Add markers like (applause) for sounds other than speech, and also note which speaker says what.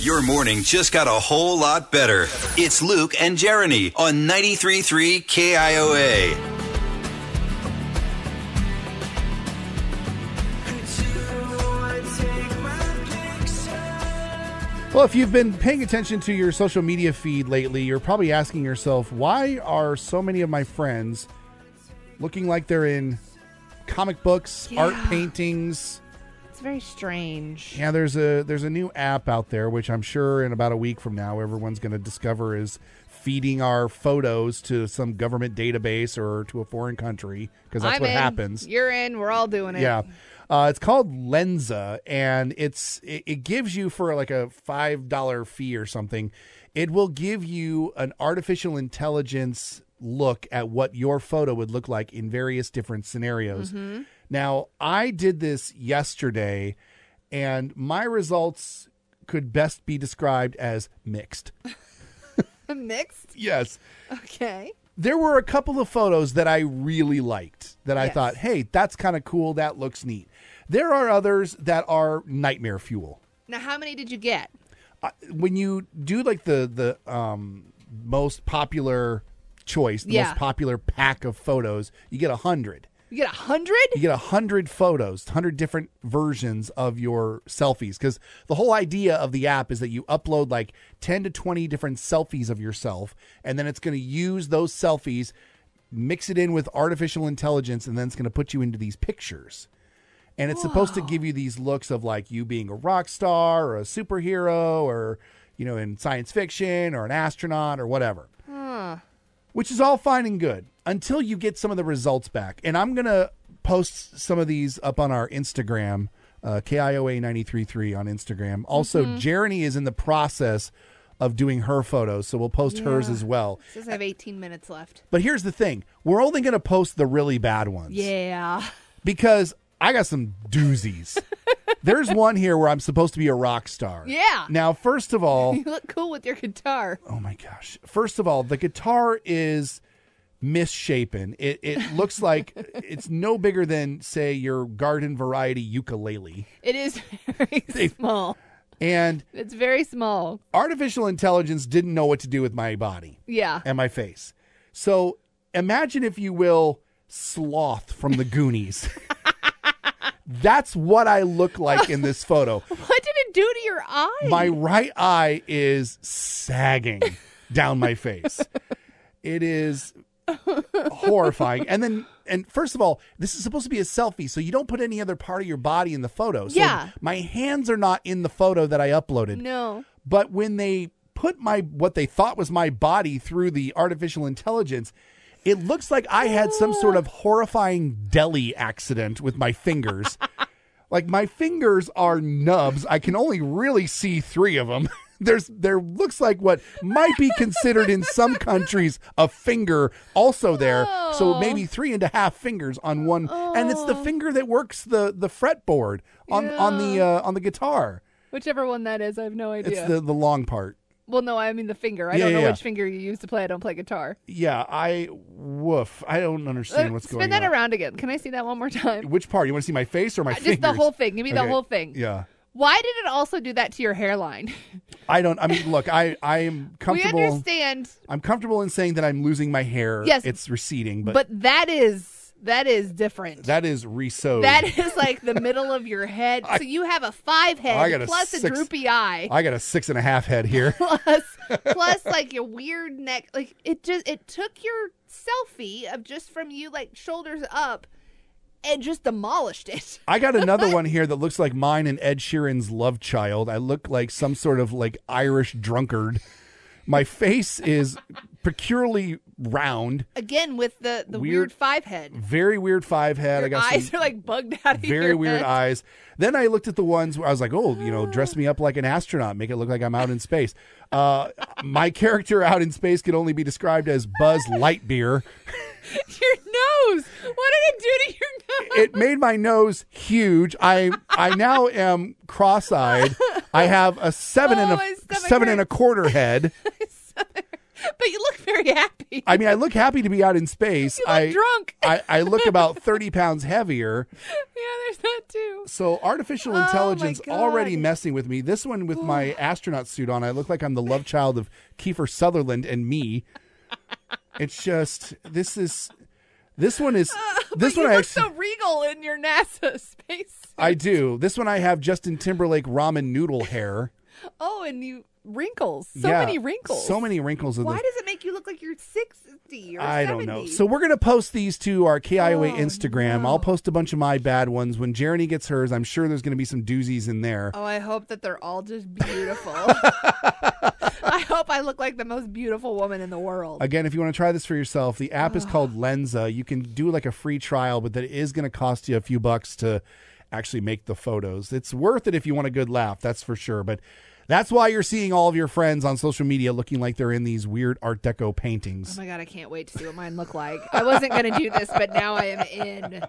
Speaker 1: your morning just got a whole lot better. It's Luke and Jeremy on 93.3 KIOA.
Speaker 2: Well, if you've been paying attention to your social media feed lately, you're probably asking yourself, why are so many of my friends looking like they're in comic books, art
Speaker 3: Yeah.
Speaker 2: paintings?
Speaker 3: It's very strange.
Speaker 2: Yeah, there's a there's a new app out there which I'm sure in about a week from now everyone's going to discover is feeding our photos to some government database or to a foreign country because that's
Speaker 3: I'm
Speaker 2: what
Speaker 3: in.
Speaker 2: happens.
Speaker 3: You're in. We're all doing it.
Speaker 2: Yeah. Uh, it's called Lenza, and it's it, it gives you for like a five dollar fee or something. It will give you an artificial intelligence look at what your photo would look like in various different scenarios. Now, I did this yesterday, and my results could best be described as mixed.
Speaker 3: (laughs) Mixed.
Speaker 2: Yes
Speaker 3: Okay.
Speaker 2: there were a couple of photos that I really liked that I
Speaker 3: Yes.
Speaker 2: thought, hey, that's kind of cool. That looks neat. There are others that are nightmare fuel.
Speaker 3: Now, how many did you get?
Speaker 2: Uh, When you do like the the um, most popular choice, the
Speaker 3: Yeah.
Speaker 2: most popular pack of photos, you get a hundred.
Speaker 3: You get a hundred.
Speaker 2: You get a hundred photos, hundred different versions of your selfies. Because the whole idea of the app is that you upload like ten to twenty different selfies of yourself, and then it's going to use those selfies, mix it in with artificial intelligence, and then it's going to put you into these pictures. And it's supposed to give you these looks of like you being a rock star or a superhero or you know in science fiction or an astronaut or whatever which is all fine and good until you get some of the results back. And I'm going to post some of these up on our Instagram, uh, KIOA933 on Instagram. Also,
Speaker 3: Mm-hmm.
Speaker 2: Jeremy is in the process of doing her photos, so we'll post hers as well.
Speaker 3: Says I have 18 minutes left.
Speaker 2: But here's the thing we're only going to post the really bad ones
Speaker 3: Yeah. (laughs)
Speaker 2: because I got some doozies. There's one here where I'm supposed to be a rock star.
Speaker 3: Yeah.
Speaker 2: Now, first of all,
Speaker 3: You look cool with your guitar.
Speaker 2: Oh my gosh. First of all, the guitar is misshapen. It it looks like it's no bigger than say your garden variety ukulele.
Speaker 3: It is (laughs) very small.
Speaker 2: And
Speaker 3: It's very small.
Speaker 2: artificial intelligence didn't know what to do with my body
Speaker 3: Yeah.
Speaker 2: and my face. So, imagine if you will sloth from the Goonies. That's what I look like in this photo.
Speaker 3: What did it do to your eye?
Speaker 2: my right eye is sagging down my face. It is horrifying. And then, and first of all, this is supposed to be a selfie, so you don't put any other part of your body in the photo. So
Speaker 3: Yeah.
Speaker 2: My hands are not in the photo that I uploaded.
Speaker 3: no.
Speaker 2: But when they put my what they thought was my body through the artificial intelligence, it looks like I had some sort of horrifying deli accident with my fingers. like my fingers are nubs. I can only really see 3 of them. (laughs) There's there looks like what might be considered in some countries a finger also there. So
Speaker 3: Oh.
Speaker 2: maybe three and a half fingers on one and it's the finger that works the the fretboard on on the uh, on the guitar.
Speaker 3: Whichever one that is, I have no
Speaker 2: It's
Speaker 3: idea.
Speaker 2: the the long part.
Speaker 3: well, no, I mean the finger. I
Speaker 2: Yeah,
Speaker 3: don't know
Speaker 2: yeah, yeah.
Speaker 3: which finger you use to play. I don't play guitar.
Speaker 2: Yeah, I woof. I don't understand
Speaker 3: Uh,
Speaker 2: what's
Speaker 3: Spin
Speaker 2: going
Speaker 3: that
Speaker 2: on.
Speaker 3: around again. Can I see that one more time?
Speaker 2: Which part? You want to see my face or my
Speaker 3: Just
Speaker 2: fingers?
Speaker 3: the whole thing. Give me the
Speaker 2: Okay.
Speaker 3: whole thing.
Speaker 2: Yeah.
Speaker 3: Why did it also do that to your hairline? (laughs)
Speaker 2: I don't. I mean, look. I I am
Speaker 3: we
Speaker 2: comfortable.
Speaker 3: understand,
Speaker 2: I'm comfortable in saying that I'm losing my hair.
Speaker 3: Yes.
Speaker 2: it's receding, but,
Speaker 3: but that is that is different.
Speaker 2: that is resewed.
Speaker 3: that (laughs) is like the middle of your
Speaker 2: (laughs)
Speaker 3: head. so you have a five head
Speaker 2: I got a
Speaker 3: plus a
Speaker 2: six-
Speaker 3: droopy eye
Speaker 2: I got a six and a half head here.
Speaker 3: (laughs) plus plus like your weird neck. Like it just it took your selfie of just from you like shoulders up and just demolished it. (laughs)
Speaker 2: I got another one here that looks like mine and Ed Sheeran's love child. I look like some sort of like Irish drunkard. My face is peculiarly round,
Speaker 3: Again with the the weird,
Speaker 2: Weird.
Speaker 3: five head.
Speaker 2: very weird five head. I
Speaker 3: Your
Speaker 2: got some-
Speaker 3: eyes are like bugged out of
Speaker 2: (laughs) very
Speaker 3: your
Speaker 2: weird
Speaker 3: head.
Speaker 2: eyes. Then I looked at the ones where I was like, oh, you know, dress me up like an astronaut, make it look like I'm out in space. Uh, my (laughs) character out in space could only be described as Buzz Lightbeer.
Speaker 3: (laughs) Your nose. What did it do to your (laughs) nose?
Speaker 2: It made my nose huge. I I now am cross-eyed. I have a seven and
Speaker 3: Oh, my
Speaker 2: a
Speaker 3: stomach
Speaker 2: seven and a quarter head.
Speaker 3: but you look very happy.
Speaker 2: I mean, I look happy to be out in space.
Speaker 3: (laughs) you look
Speaker 2: I,
Speaker 3: drunk.
Speaker 2: I I look about thirty pounds heavier.
Speaker 3: yeah, there's that too.
Speaker 2: So artificial
Speaker 3: Oh, my
Speaker 2: intelligence already
Speaker 3: God.
Speaker 2: messing with me. This one with my astronaut suit on, I look like I'm the love child of Kiefer Sutherland and me. It's just this is this one is this
Speaker 3: (laughs) but
Speaker 2: one
Speaker 3: you
Speaker 2: I
Speaker 3: look
Speaker 2: actually,
Speaker 3: so regal in your (laughs) NASA space.
Speaker 2: I do. This one I have Justin Timberlake ramen noodle hair.
Speaker 3: Oh, and you wrinkles. So
Speaker 2: Yeah.
Speaker 3: many wrinkles.
Speaker 2: So many wrinkles. Of
Speaker 3: Why
Speaker 2: this.
Speaker 3: does it make you look like you're sixty or
Speaker 2: I
Speaker 3: 70?
Speaker 2: don't know. So we're gonna post these to our
Speaker 3: Oh,
Speaker 2: KIOA Instagram. I'll post a bunch of my bad ones when Jeremy gets hers. I'm sure there's gonna be some doozies in there.
Speaker 3: Oh, I hope that they're
Speaker 2: (laughs)
Speaker 3: all just beautiful. I hope I look like the most beautiful woman in the world.
Speaker 2: Again, if you want to try this for yourself, the app is called Lenza. You can do like a free trial, but that is going to cost you a few bucks to actually make the photos. It's worth it if you want a good laugh, that's for sure. But that's why you're seeing all of your friends on social media looking like they're in these weird Art Deco
Speaker 3: Oh
Speaker 2: paintings.
Speaker 3: my god, I can't wait to see what mine look like. I wasn't gonna do this, but now I am in.